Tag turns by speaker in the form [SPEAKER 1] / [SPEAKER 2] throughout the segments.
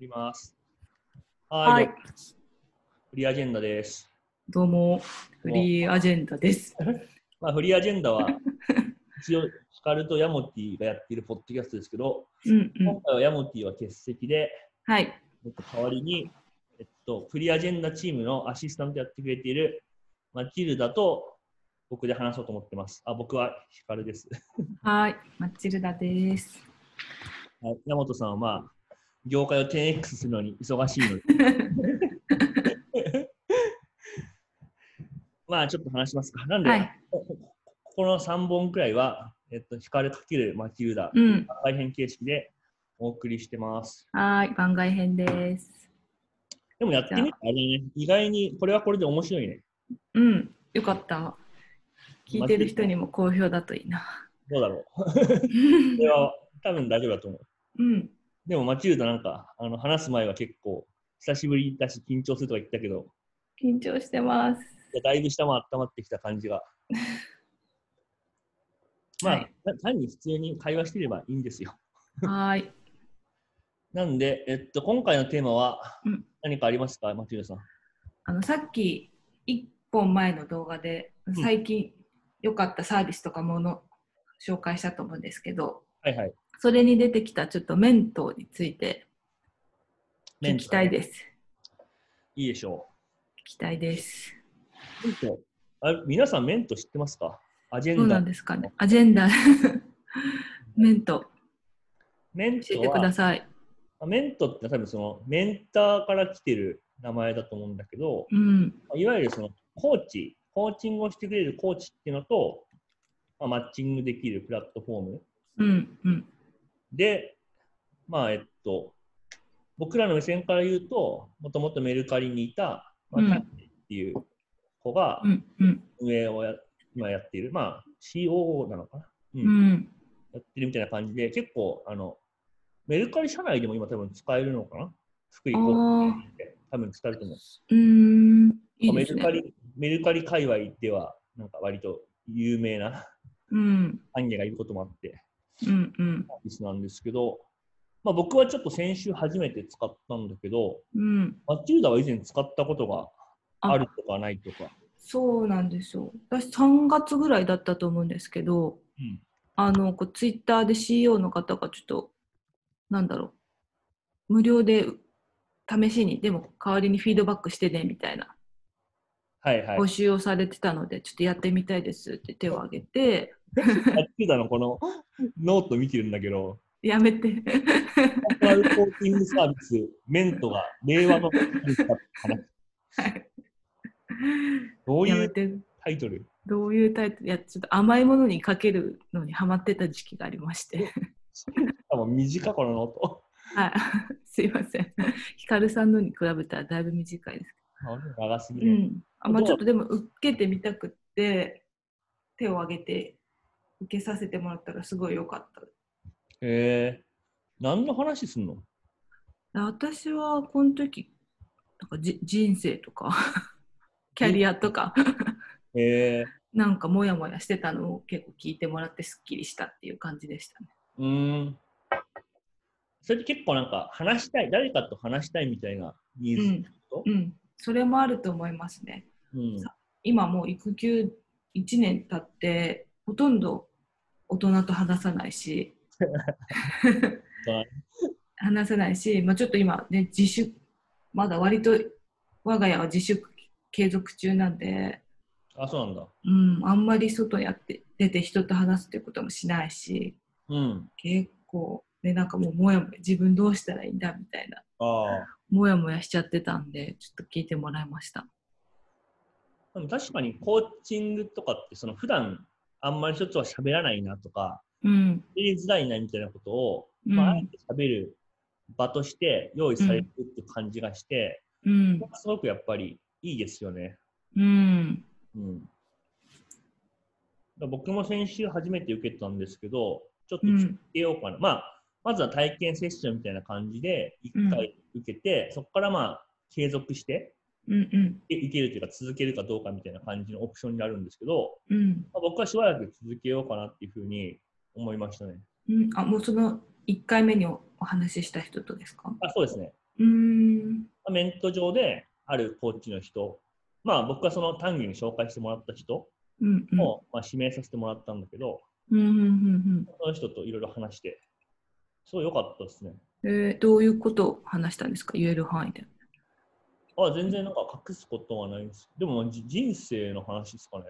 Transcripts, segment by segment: [SPEAKER 1] ります。
[SPEAKER 2] は
[SPEAKER 1] はいい。フリーアジェンダです。
[SPEAKER 2] どうも、フリーアジェンダです。
[SPEAKER 1] まあ、フリーアジェンダは、 一応、ヒカルとヤモティがやっているポッドキャストですけど、
[SPEAKER 2] うんう
[SPEAKER 1] 今
[SPEAKER 2] ん。
[SPEAKER 1] 回はヤモティは欠席で、
[SPEAKER 2] はい。
[SPEAKER 1] えっと代わりに、えっと、フリーアジェンダチームのアシスタントやってくれているマチルダと僕で話そうと思ってます。あ、僕はヒカルです。
[SPEAKER 2] はい。マッチルダです。
[SPEAKER 1] はいヤモトさんは、まあ、業界を 10X するのに忙しいので、 まあ、ちょっと話しますか。なんで、
[SPEAKER 2] はい。
[SPEAKER 1] ここの3本くらいは、えっと、ヒカル×マチルダ、
[SPEAKER 2] うん。
[SPEAKER 1] 大変形式でお送りしてます。
[SPEAKER 2] はい。番外編です。
[SPEAKER 1] でもやってみるとあれね、意外にこれはこれで面白いね。
[SPEAKER 2] うん。よかった。聞いてる人にも好評だといいな。
[SPEAKER 1] どうだろう。
[SPEAKER 2] うん
[SPEAKER 1] これは多分大丈夫だと思う。
[SPEAKER 2] うん。
[SPEAKER 1] でもマチルダなんか、あの話す前は結構、久しぶりだし緊張するとか言ったけど、
[SPEAKER 2] 緊張してます。
[SPEAKER 1] いやだいぶ下も温まってきた感 じが。まあ、
[SPEAKER 2] はい
[SPEAKER 1] な単に普通に会話してればいいんですよ。
[SPEAKER 2] はい。
[SPEAKER 1] なんで、えっと、今回のテーマは
[SPEAKER 2] うん
[SPEAKER 1] 何かありますか、マチルダさん。
[SPEAKER 2] あの、さっき、一本前の動画で、
[SPEAKER 1] ん
[SPEAKER 2] 最近良かったサービスとかもの紹介したと思うんですけど、
[SPEAKER 1] はいはい。
[SPEAKER 2] それに出てきたちょっとメントーについて
[SPEAKER 1] メ
[SPEAKER 2] 聞
[SPEAKER 1] ント
[SPEAKER 2] きたいです。
[SPEAKER 1] いいでしょ
[SPEAKER 2] 聞きたいです。
[SPEAKER 1] う。メントあ皆さん、メント知ってますかアジェ
[SPEAKER 2] そ
[SPEAKER 1] ン
[SPEAKER 2] う
[SPEAKER 1] ダ。
[SPEAKER 2] なんですかね。アジェンダ、メント、
[SPEAKER 1] メン
[SPEAKER 2] 教え
[SPEAKER 1] ト
[SPEAKER 2] てくだ
[SPEAKER 1] は、
[SPEAKER 2] さい。
[SPEAKER 1] メントって多分そのメンターから来てる名前だと思うんだけど、
[SPEAKER 2] うん、
[SPEAKER 1] いわゆるそのコーチ、コーチングをしてくれるコーチっていうのと、まあ、マッチングできるプラットフォーム
[SPEAKER 2] うん、うん、
[SPEAKER 1] で、まあえっと、僕らの目線から言うと、もともとメルカリにいた、まあ、
[SPEAKER 2] うん
[SPEAKER 1] タッチっていう子が
[SPEAKER 2] うん、うん、
[SPEAKER 1] 運営をや今やっている、まあ、COO なのかな、うん
[SPEAKER 2] うん、
[SPEAKER 1] やってるみたいな感じで、結構あの、メルカリ社内でも今多分使えるのかな福井
[SPEAKER 2] あ
[SPEAKER 1] 高
[SPEAKER 2] ー
[SPEAKER 1] って多分使えると思う。
[SPEAKER 2] うーん、いい
[SPEAKER 1] メ
[SPEAKER 2] です
[SPEAKER 1] ルカ
[SPEAKER 2] ね。
[SPEAKER 1] リ、メルカリ界隈では、なんか割と有名な
[SPEAKER 2] うん、
[SPEAKER 1] アンゲがいることもあって、
[SPEAKER 2] うん、うん、
[SPEAKER 1] サービスなんですけど、まあ、僕はちょっと先週初めて使ったんだけど、
[SPEAKER 2] うん。
[SPEAKER 1] マチルダは以前使ったことがあるとかないとか。
[SPEAKER 2] そうなんですよ。私3月ぐらいだったと思うんですけど、
[SPEAKER 1] うん
[SPEAKER 2] あのこうツイッターで CEO の方がちょっとなんだろう無料で試しにでも代わりにフィードバックしてねみたいな
[SPEAKER 1] はいはい。
[SPEAKER 2] 募
[SPEAKER 1] マチ
[SPEAKER 2] 集をされてたので、ちょっとやってみたいですって手を挙げて、
[SPEAKER 1] ルダのこのノート見てるんだけど、
[SPEAKER 2] やめて。
[SPEAKER 1] パーソナルコーチングサービス、メントが令和のサービスだったかな。
[SPEAKER 2] はい
[SPEAKER 1] どう
[SPEAKER 2] や
[SPEAKER 1] い
[SPEAKER 2] め
[SPEAKER 1] う
[SPEAKER 2] て。
[SPEAKER 1] タイトル
[SPEAKER 2] どういうタイプいや、ちょっと甘いものにかけるのにハマってた時期がありまして。
[SPEAKER 1] 多分短いこのノート。
[SPEAKER 2] はい。 すいません。ヒカルさんのに比べたらだいぶ短いです
[SPEAKER 1] 長すぎ
[SPEAKER 2] け
[SPEAKER 1] る
[SPEAKER 2] ど。う
[SPEAKER 1] ね。
[SPEAKER 2] ん。あまあ、ちょっとでも受けてみたくって、手を挙げて受けさせてもらったらすごい良かった。
[SPEAKER 1] へえ何の話すんの
[SPEAKER 2] 私はこの時、なんかじ人生とか、 キャリアとか、
[SPEAKER 1] へえ
[SPEAKER 2] なんかモヤモヤしてたのを結構聞いてもらってすっきりしたっていう感じでしたね。
[SPEAKER 1] うーん。それって結構なんか話したい、誰かと話したいみたいなニーズってこ
[SPEAKER 2] うん、うん、それもあると思いますね。
[SPEAKER 1] と、うん
[SPEAKER 2] 今もう育休1年経ってほとんど大人と話さないし話せないし、まあ、ちょっと今ね自粛まだ割と我が家は自粛継続中なんで、
[SPEAKER 1] あ、そうなんだ。
[SPEAKER 2] うん、あんまり外やって出て人と話すっていうこともしないし
[SPEAKER 1] うん。
[SPEAKER 2] 結構ねなんかもうもやもや自分どうしたらいいんだみたいな
[SPEAKER 1] あ
[SPEAKER 2] もやもやしちゃってたんで、ちょっと聞いてもらいました。
[SPEAKER 1] あ。でも確かにコーチングとかって、その普段あんまり人とは喋らないなとか、
[SPEAKER 2] うん。
[SPEAKER 1] やりづらいなみたいなことを、
[SPEAKER 2] うん
[SPEAKER 1] まあ、あえて喋る場として用意されてるって感じがして、
[SPEAKER 2] うん。
[SPEAKER 1] すごくやっぱりいいですよね。
[SPEAKER 2] うん。
[SPEAKER 1] うん、僕も先週初めて受けたんですけど、ちょっと
[SPEAKER 2] う
[SPEAKER 1] 受
[SPEAKER 2] ん。
[SPEAKER 1] けようかな。まあ、まずは体験セッションみたいな感じで、1回受けて、そこからまあ、継続して、
[SPEAKER 2] うん。
[SPEAKER 1] いいけるというか、続けるかどうかみたいな感じのオプションになるんですけど、
[SPEAKER 2] うん。
[SPEAKER 1] まあ、僕はしばらく続けようかなっていうふうに思いましたね。
[SPEAKER 2] うん。あ、もうその1回目におお話しした人とですか
[SPEAKER 1] あ、そうですね。
[SPEAKER 2] うーん。
[SPEAKER 1] メント上であるコーチの人、まあ、僕はその単義に紹介してもらった人
[SPEAKER 2] うんうん。
[SPEAKER 1] を、まあ、指名させてもらったんだけど、
[SPEAKER 2] うんうんうん
[SPEAKER 1] その人といろいろ話して、すごい良かったですね。
[SPEAKER 2] うん。えー、どういうことを話したんですか言える範囲で。
[SPEAKER 1] あ全然なんか隠すことはないんです。でもじ人生の話ですかね。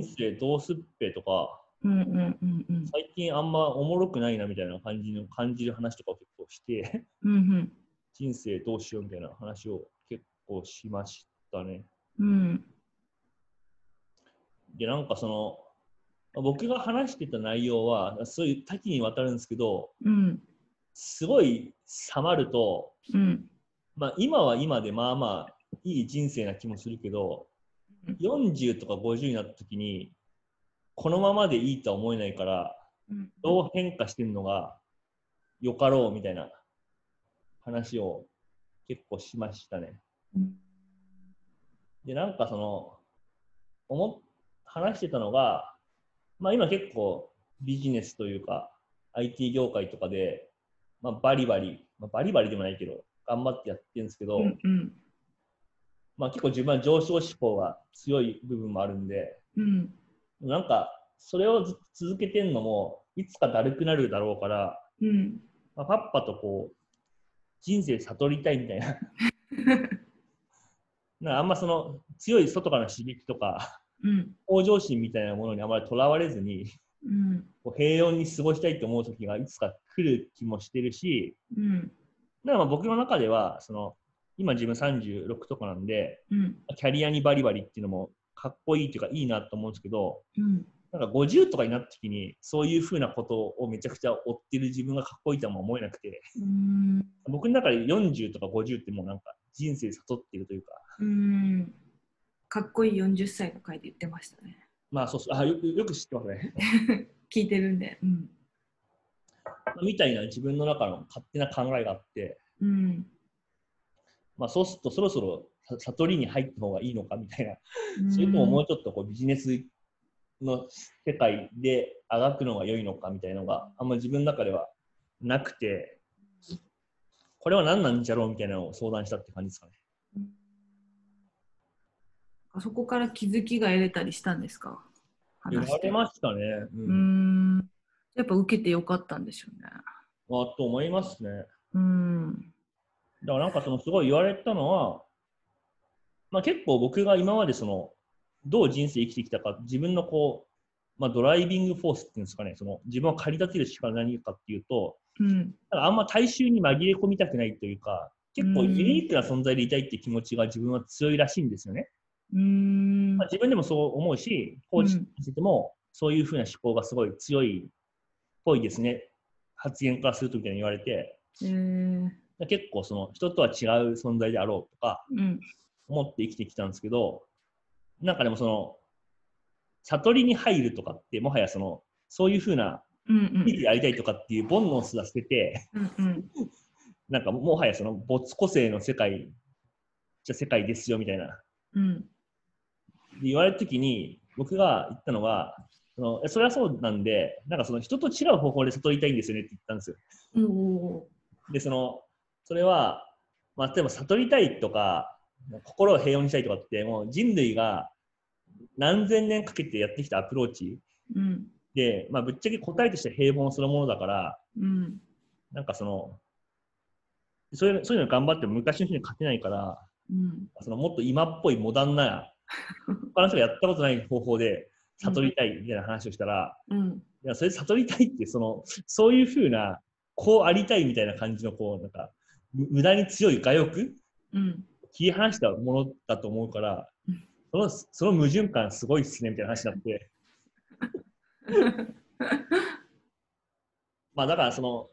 [SPEAKER 1] 人
[SPEAKER 2] ー
[SPEAKER 1] 生どうすっぺとか、
[SPEAKER 2] うんうんうんうん。
[SPEAKER 1] 最近あんまおもろくないなみたいな感じの感じる話とかを結構して、
[SPEAKER 2] うん
[SPEAKER 1] 人生どうしようみたいな話を結構しましたね。
[SPEAKER 2] うん。うん。
[SPEAKER 1] で、なんかその、まあ僕が話してた内容は、そういう多岐にわたるんですけど、
[SPEAKER 2] うん。
[SPEAKER 1] すごい冷まると、
[SPEAKER 2] うん。
[SPEAKER 1] まあ、今は今でまあまあいい人生な気もするけど
[SPEAKER 2] うん
[SPEAKER 1] 40とか50になった時にこのままでいいとは思えないから
[SPEAKER 2] うん
[SPEAKER 1] どう変化してるのがよかろうみたいな話を結構しましたね。でなんかその思っ話してたのが、まあ、今結構ビジネスというか IT 業界とかで、まあ、バリバリ、まあ、バリバリでもないけど頑張ってやってるんですけど、
[SPEAKER 2] うんうん
[SPEAKER 1] まあ、結構自分は上昇志向が強い部分もあるんで、
[SPEAKER 2] うん
[SPEAKER 1] なんかそれをずっと続けてんのも、いつかだるくなるだろうから、
[SPEAKER 2] うん
[SPEAKER 1] まあ、パッパとこう、人生悟りたいみたいな。なんかあんまその強い外からの刺激とか、
[SPEAKER 2] うん
[SPEAKER 1] 向上心みたいなものにあまりとらわれずに、
[SPEAKER 2] うん
[SPEAKER 1] こう平穏に過ごしたいと思う時がいつか来る気もしてるし、
[SPEAKER 2] うん
[SPEAKER 1] だからまあ僕の中では、その今自分36とかなんで、
[SPEAKER 2] うん
[SPEAKER 1] キャリアにバリバリっていうのもかっこいいというかいいなと思うんですけど、
[SPEAKER 2] うん
[SPEAKER 1] なんか50とかになった時にそういうふうなことをめちゃくちゃ追ってる自分がかっこいいとは思えなくて、
[SPEAKER 2] うん
[SPEAKER 1] 僕の中で40とか50ってもうなんか人生悟ってるというか、
[SPEAKER 2] うんかっこいい40歳の回で言ってましたね。
[SPEAKER 1] まあそうそうあよくよく知ってますね。
[SPEAKER 2] 聞いてるんで。うん。
[SPEAKER 1] みたいな自分の中の勝手な考えがあって、
[SPEAKER 2] うん。
[SPEAKER 1] まあ、そうするとそろそろさ悟りに入った方がいいのかみたいな、それとももうちょっとこうビジネスの世界であがくのが良いのかみたいなのがあんま自分の中ではなくて、これは何なんじゃろうみたいなのを相談したって感じですかね。
[SPEAKER 2] うんそこから気づきが得れたりしたんですか
[SPEAKER 1] 言われましたね。う。
[SPEAKER 2] うんん。やっぱ受けてよかったんでしょうね。
[SPEAKER 1] まあ、と思いますね。
[SPEAKER 2] うん。
[SPEAKER 1] だからなんかそのすごい言われたのは、まあ結構僕が今までその、どう人生生きてきたか、自分のこう、まあドライビングフォースっていうんですかね、その自分を駆り立てる力何かっていうと、
[SPEAKER 2] うん。
[SPEAKER 1] なんかあんま大衆に紛れ込みたくないというか、結構ユニークな存在でいたいって気持ちが自分は強いらしいんですよね。
[SPEAKER 2] うん
[SPEAKER 1] まあ、。自分でもそう思うし、コーチにしてても、そういうふうな思考がすごい強いっぽいですね、発言からするとみたいに言われて、
[SPEAKER 2] えー
[SPEAKER 1] 結構その人とは違う存在であろうとか
[SPEAKER 2] うん。
[SPEAKER 1] 思って生きてきたんですけど、なんかでもその、悟りに入るとかって、もはやその、そういうふうな、
[SPEAKER 2] うん
[SPEAKER 1] いいやりたいとかっていう煩悩すら捨てて、
[SPEAKER 2] うんうん
[SPEAKER 1] なんかもはやその、没個性の世界、じゃ世界ですよみたいな
[SPEAKER 2] うん
[SPEAKER 1] で言われた時に僕が言ったのはそのえそれはそうなんでなんかその人と違う方法で悟りたいんですよねって言ったんですよ
[SPEAKER 2] うんお
[SPEAKER 1] でそのそれは、まあ、例えば悟りたいとか心を平穏にしたいとかってもう人類が何千年かけてやってきたアプローチ
[SPEAKER 2] ーうん
[SPEAKER 1] で、まあ、ぶっちゃけ答えとして平凡そのものだから
[SPEAKER 2] うん
[SPEAKER 1] なんかそのそういうそういうの頑張っても昔の人に勝てないから
[SPEAKER 2] うん
[SPEAKER 1] そのもっと今っぽいモダンな他の人がやったことない方法で悟りたいみたいな話をしたら、
[SPEAKER 2] うん
[SPEAKER 1] いやそれ悟りたいってそのそういうふうなこうありたいみたいな感じのこうなんかむ無駄に強い我欲
[SPEAKER 2] うん
[SPEAKER 1] 切り離したものだと思うから
[SPEAKER 2] うん
[SPEAKER 1] そのその矛盾感すごいっすねみたいな話になってまあだからその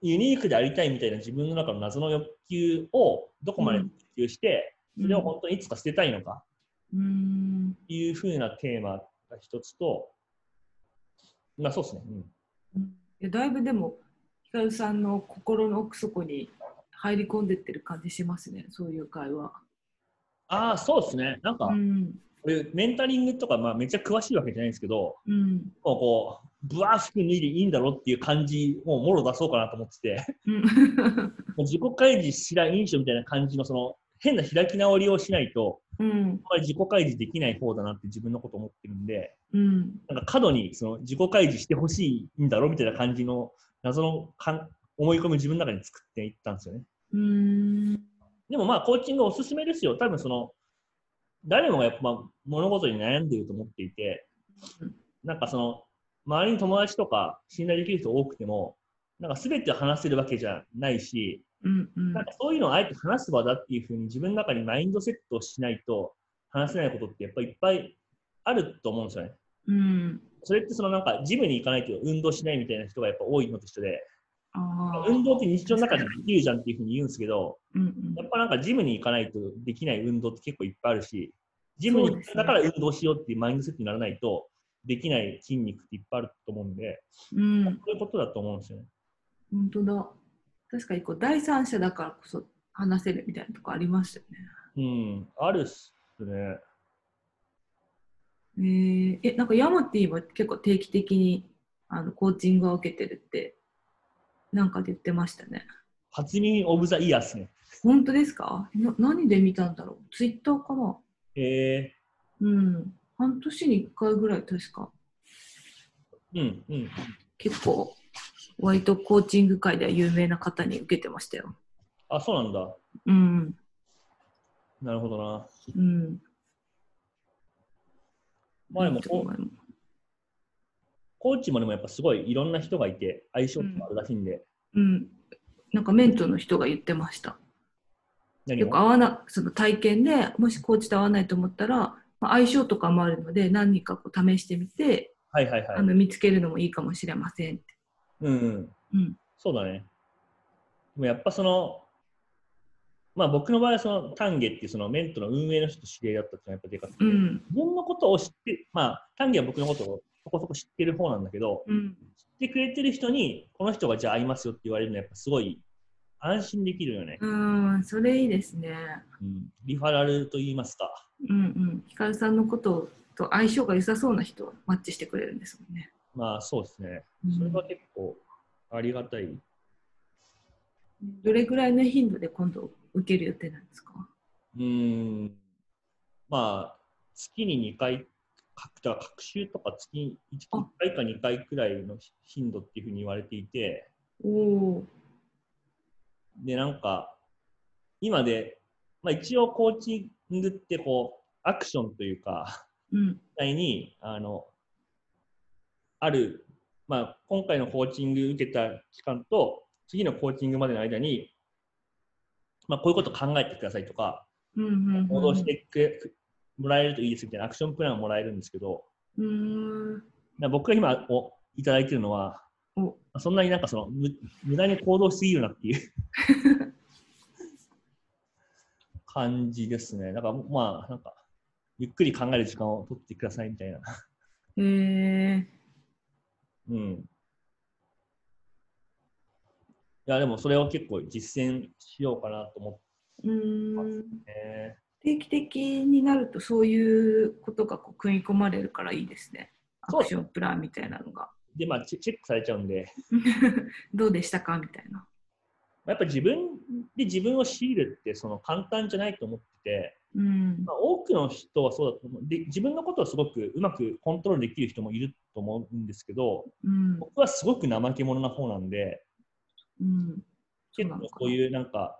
[SPEAKER 1] ユニークでありたいみたいな自分の中の謎の欲求をどこまで追求して、それを本当にいつか捨てたいのか
[SPEAKER 2] うん
[SPEAKER 1] っていうふうなテーマが一つと、まあそうですね、うん
[SPEAKER 2] いやだいぶでもひかるさんの心の奥底に入り込んでってる感じしますねそういう会話
[SPEAKER 1] ああ、そうですね、なんか、
[SPEAKER 2] うん
[SPEAKER 1] 俺メンタリングとか、まあ、めっちゃ詳しいわけじゃないんですけど、
[SPEAKER 2] うん
[SPEAKER 1] もうこう、ぶわー服脱いでいいんだろっていう感じをもろ出そうかなと思ってて、
[SPEAKER 2] うん。
[SPEAKER 1] もう自己開示しない印象みたいな感じの、その、変な開き直りをしないと、
[SPEAKER 2] うん
[SPEAKER 1] あん。まり自己開示できない方だなって自分のこと思ってるんで、
[SPEAKER 2] うん。
[SPEAKER 1] なんか過度にその自己開示してほしいんだろみたいな感じの謎のかん思い込みを自分の中に作っていったんですよね。
[SPEAKER 2] うん。
[SPEAKER 1] でもまあコーチングおすすめですよ。多分その誰もがやっぱ物事に悩んでいると思っていて
[SPEAKER 2] うん、
[SPEAKER 1] なんかその周りに友達とか信頼できる人多くても、なんか全てを話せるわけじゃないし、
[SPEAKER 2] うん。うん
[SPEAKER 1] なんかそういうのをあえて話す場だっていうふうに自分の中にマインドセットをしないと話せないことってやっぱりいっぱいあると思うんですよね。
[SPEAKER 2] うん。
[SPEAKER 1] それってそのなんかジムに行かないけど運動しないみたいな人がやっぱ多いのと一緒で、
[SPEAKER 2] ああ。
[SPEAKER 1] 運動って日常の中でできるじゃんっていうふうに言うんですけど、
[SPEAKER 2] うんうん
[SPEAKER 1] やっぱなんかジムに行かないとできない運動って結構いっぱいあるし、ジムに行ったから運動しようっていうマインドセットにならないと、できない筋肉っていっぱいあると思うんで、
[SPEAKER 2] うん。
[SPEAKER 1] そういうことだと思うんですよね。
[SPEAKER 2] 本当だ。確かにこう第三者だからこそ話せるみたいなとこありましたよね。
[SPEAKER 1] うん、あるっすね。
[SPEAKER 2] えーえ、なんかヤマティも結構定期的にあのコーチングを受けてるって、なんかで言ってましたね。
[SPEAKER 1] 初耳オブザイヤーっすね。
[SPEAKER 2] 本当ですかな何で見たんだろうツイッターかな
[SPEAKER 1] え
[SPEAKER 2] うん。半年に1回ぐらい確か。
[SPEAKER 1] ー、うん、うん。
[SPEAKER 2] 結構、割とコーチング界では有名な方に受けてましたよ。
[SPEAKER 1] あ、そうなんだ。
[SPEAKER 2] うん。
[SPEAKER 1] なるほどな。
[SPEAKER 2] うん。
[SPEAKER 1] 前も
[SPEAKER 2] いいと
[SPEAKER 1] こう
[SPEAKER 2] 思います
[SPEAKER 1] コーチもでもやっぱすごいいろんな人がいて、相性もあるらしいんで、
[SPEAKER 2] うん。なんかメントの人が言ってました。
[SPEAKER 1] 何
[SPEAKER 2] よく
[SPEAKER 1] も
[SPEAKER 2] 合わなその体験でもしコーチと合わないと思ったら、まあ、相性とかもあるので何人かこう試してみて、
[SPEAKER 1] はいはいはい
[SPEAKER 2] あ。の見つけるのもいいかもしれませんって。
[SPEAKER 1] うん、うん。
[SPEAKER 2] うん
[SPEAKER 1] そうだね。でもやっぱその、まあ僕の場合はその丹下っていうそのメントの運営の人と知り合いだったっていうのはやっぱでかくて、
[SPEAKER 2] うん
[SPEAKER 1] 自分のことを知って、まあ丹下は僕のことをそこそこ知ってる方なんだけど、
[SPEAKER 2] うん
[SPEAKER 1] 知ってくれてる人に、この人がじゃあ会いますよって言われるのはやっぱすごい安心できるよね。
[SPEAKER 2] うんそれいいですね。
[SPEAKER 1] うんリファラルと言いますか。
[SPEAKER 2] うんうん。ひかるさんのことと相性が良さそうな人をマッチしてくれるんですもんね。
[SPEAKER 1] まあそうですね。
[SPEAKER 2] うん
[SPEAKER 1] それが結構ありがたい。
[SPEAKER 2] どれぐらいの頻度で今度受ける予定なんですか
[SPEAKER 1] うーんまあ、月に2回、各だから各週とか月に1
[SPEAKER 2] あ
[SPEAKER 1] 回か2回くらいの頻度っていうふうに言われていて、
[SPEAKER 2] おお
[SPEAKER 1] で、なんか、今で、まあ一応コーチングってこう、アクションというか、
[SPEAKER 2] ー。うん
[SPEAKER 1] 実際に、あの、ある、まあ今回のコーチング受けた期間と、次のコーチングまでの間に、まあこういうこと考えてくださいとか、
[SPEAKER 2] うんうんうん。
[SPEAKER 1] 行動してくれもらえるといいですみたいなアクションプランをもらえるんですけど、
[SPEAKER 2] うーん。
[SPEAKER 1] な僕が今おいただいてるのは、
[SPEAKER 2] お
[SPEAKER 1] そんなになんかその無無駄に行動しすぎるなっていう感じですね。だからまあ、なんか、ゆっくり考える時間を取ってくださいみたいな。
[SPEAKER 2] えー。
[SPEAKER 1] うん。いや、でもそれを結構実践しようかなと思
[SPEAKER 2] うーん。
[SPEAKER 1] ってね。
[SPEAKER 2] 定期的になるとそういうことがこう組み込まれるからいいですね。ア
[SPEAKER 1] そう
[SPEAKER 2] ク
[SPEAKER 1] です
[SPEAKER 2] ションプランみたいなのが。
[SPEAKER 1] で、まあ、チェチェックされちゃうんで、
[SPEAKER 2] どうでしたかみたいな。
[SPEAKER 1] やっぱり自分で自分を強いるってその簡単じゃないと思ってて、
[SPEAKER 2] うん
[SPEAKER 1] ま。あ、多くの人はそうだと思うで自分のことをすごくうまくコントロールできる人もいると思うんですけど
[SPEAKER 2] うん。
[SPEAKER 1] 僕はすごく怠け者な方なんで
[SPEAKER 2] うん。そう
[SPEAKER 1] 結
[SPEAKER 2] な
[SPEAKER 1] 構
[SPEAKER 2] のかな
[SPEAKER 1] こういうなんか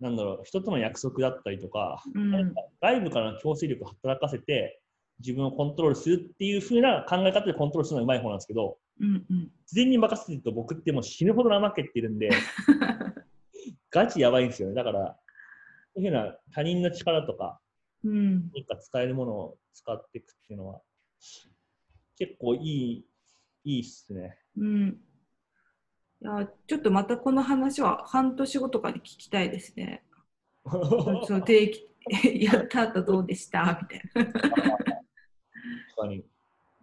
[SPEAKER 1] なんだろう人との約束だったりとか
[SPEAKER 2] うん。
[SPEAKER 1] 外部からの強制力を働かせて自分をコントロールするっていう風な考え方でコントロールするのがうまい方なんですけど
[SPEAKER 2] うん。うん。
[SPEAKER 1] 自然に任せてると僕ってもう死ぬほど怠けてるん でガチやばいんですよねだからそういうふうな他人の力とか
[SPEAKER 2] うん。
[SPEAKER 1] 何か使えるものを使っていくっていうのは結構いいいいっすね
[SPEAKER 2] うん。いや、ちょっとまたこの話は半年後とかに聞きたいですね。その定期やった後どうでしたみたいな。
[SPEAKER 1] 確かに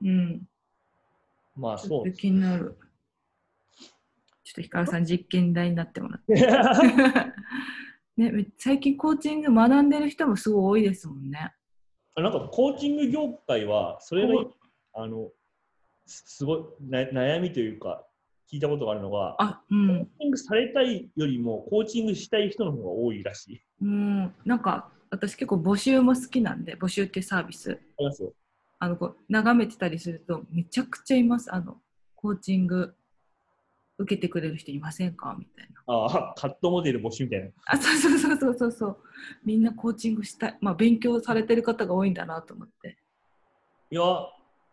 [SPEAKER 2] うん。
[SPEAKER 1] まあ
[SPEAKER 2] ちょ
[SPEAKER 1] そう
[SPEAKER 2] っと
[SPEAKER 1] です
[SPEAKER 2] 気になる。ちょっとひかるさん実験台になってもらって。
[SPEAKER 1] ね
[SPEAKER 2] ね、め最近コーチング学んでる人もすごい多いですもんね。
[SPEAKER 1] なんかコーチング業界はそれがあのすすごいな悩みというか、聞いたことがあるのが、
[SPEAKER 2] あ、う
[SPEAKER 1] コー
[SPEAKER 2] ん。
[SPEAKER 1] チングされたいよりも、コーチングしたい人の方が多いらし い。
[SPEAKER 2] うん。なんか、私結構募集も好きなんで、募集っていうサービス。
[SPEAKER 1] ありますよ。
[SPEAKER 2] あの、こう、眺めてたりすると、めちゃくちゃいます。あの、コーチング受けてくれる人いませんかみたいな。
[SPEAKER 1] あ あ、カットモデル募集みたいな。
[SPEAKER 2] あ、そうそうそうそうそうそう。みんなコーチングしたい。まあ、勉強されてる方が多いんだなと思って。
[SPEAKER 1] いや、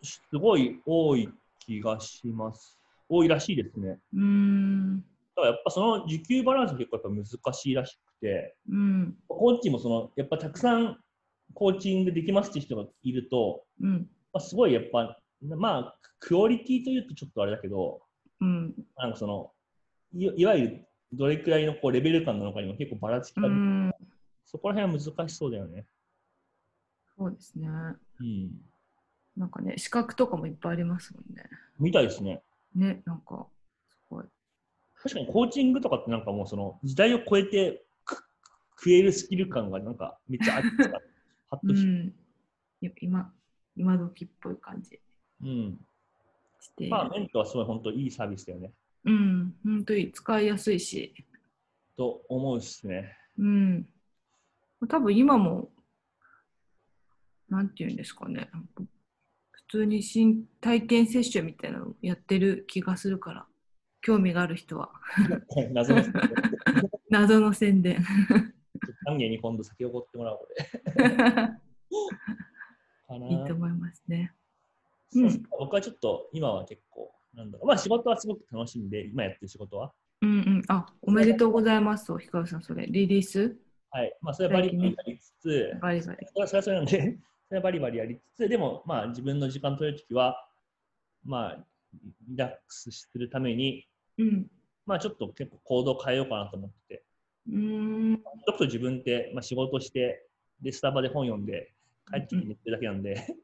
[SPEAKER 1] すごい多い気がします。多いらしいですね。
[SPEAKER 2] うーん。
[SPEAKER 1] だからやっぱその時給バランス結構やっぱ難しいらしくて、
[SPEAKER 2] うん。
[SPEAKER 1] コーチもその、やっぱたくさんコーチングできますって人がいると、
[SPEAKER 2] うん。
[SPEAKER 1] まあ、すごいやっぱ、まあ、クオリティというとちょっとあれだけど、
[SPEAKER 2] うん。
[SPEAKER 1] なんかそのいいわゆるどれくらいのこうレベル感なのかにも結構ばらつき
[SPEAKER 2] う
[SPEAKER 1] がある、
[SPEAKER 2] ん。
[SPEAKER 1] そこら辺は難しそうだよね。
[SPEAKER 2] そうですね。
[SPEAKER 1] うん。
[SPEAKER 2] なんかね、資格とかもいっぱいありますもんね。
[SPEAKER 1] みたいですね。
[SPEAKER 2] ね、なんか、すごい。
[SPEAKER 1] 確かにコーチングとかってなんかもうその時代を超えてく食えるスキル感がなんかめっちゃあってはっ
[SPEAKER 2] う
[SPEAKER 1] とし、
[SPEAKER 2] ん。い今、今時っぽい感じ
[SPEAKER 1] うん。
[SPEAKER 2] して。
[SPEAKER 1] まあ、メントはすごい本当いいサービスだよね。
[SPEAKER 2] うん。本当に使いやすいし。
[SPEAKER 1] と思うっすね。
[SPEAKER 2] うん。多分今も、なんていうんですかね。普通に新体験接種みたいなのやってる気がするから、興味がある人は。
[SPEAKER 1] 謎のちょっと
[SPEAKER 2] 謎の宣伝。
[SPEAKER 1] 丹下に今度酒を奢ってもらおうこれ。かない
[SPEAKER 2] いと思いますね。
[SPEAKER 1] そうですね僕はちょっと今は結構、なんだろう。まあ仕事はすごく楽しんで、今やってる仕事は。
[SPEAKER 2] うんうん。あ、おめでとうございます。おひかるさん、それ。リリース
[SPEAKER 1] はい。まあ、それはバリバリやりつつ、
[SPEAKER 2] バリバリ。
[SPEAKER 1] それはそれはそれなんで、それはバリバリやりつつ、でも、まあ、自分の時間取れるときは、まあ、リラックスするために、
[SPEAKER 2] うん。
[SPEAKER 1] まあ、ちょっと結構行動変えようかなと思ってて、
[SPEAKER 2] うーん。
[SPEAKER 1] ちょっと自分って、まあ、仕事して、で、スタバで本読んで、帰ってきて寝てるだけなんで、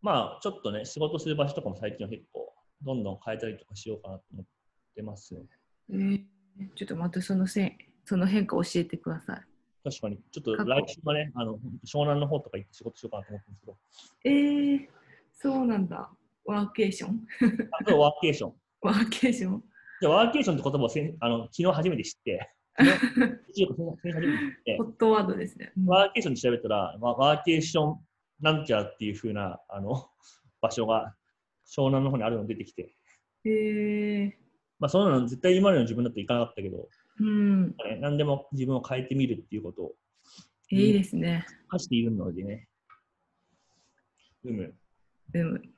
[SPEAKER 1] まあ、ちょっとね、仕事する場所とかも最近は結構、どんどん変えたりとかしようかなと思ってますね。
[SPEAKER 2] えーちょっとまたそのせんその変化教えてくださ
[SPEAKER 1] 確かに、ちょっと来週はね、あの湘南の方とか行って仕事しようかなと思ってるんですけど、
[SPEAKER 2] い。えー、そうなんだ。ワーケーション
[SPEAKER 1] あとワーケーション。
[SPEAKER 2] ワーケーション
[SPEAKER 1] じゃあワーケーションって言葉をせんあの昨日初めて知って、昨 日先週初めて知って
[SPEAKER 2] ホ、ットワードですね。
[SPEAKER 1] ワーケーションで調べたら、ワワーケーションなんちゃらっていう風なあの 場所が湘南の方にあるの出てきて、
[SPEAKER 2] えー、
[SPEAKER 1] まあ、そんなの絶対今までの自分だといかなかったけど、
[SPEAKER 2] うん、
[SPEAKER 1] ね、何でも自分を変えてみるっていうことを
[SPEAKER 2] いいですね。
[SPEAKER 1] 課しているのでね。う む。
[SPEAKER 2] うん。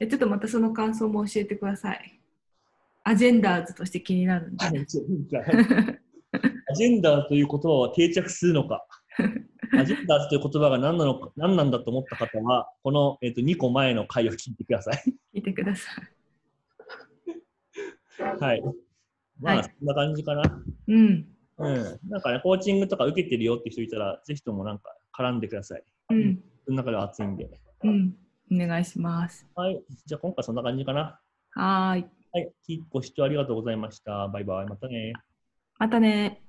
[SPEAKER 2] え、ちょっとまたその感想も教えてください。アジェンダーズとして気になるんで。
[SPEAKER 1] アジェンダーという言葉は定着するのか、アジェンダーという言葉が何なのか何なんだと思った方は、この、えっと2個前の回を聞いてください。
[SPEAKER 2] 聞いてください。
[SPEAKER 1] はい。まあ、
[SPEAKER 2] はい
[SPEAKER 1] そんな感じかな。
[SPEAKER 2] うん。
[SPEAKER 1] うん。なんかね、コーチングとか受けてるよって人いたら、ぜひともなんか絡んでください。
[SPEAKER 2] うん。
[SPEAKER 1] その中では熱いんで。
[SPEAKER 2] うん。お願いします。
[SPEAKER 1] はい。じゃあ今回そんな感じかな。
[SPEAKER 2] はーい。
[SPEAKER 1] はい。ご視聴ありがとうございました。バイバイ。またね。
[SPEAKER 2] またね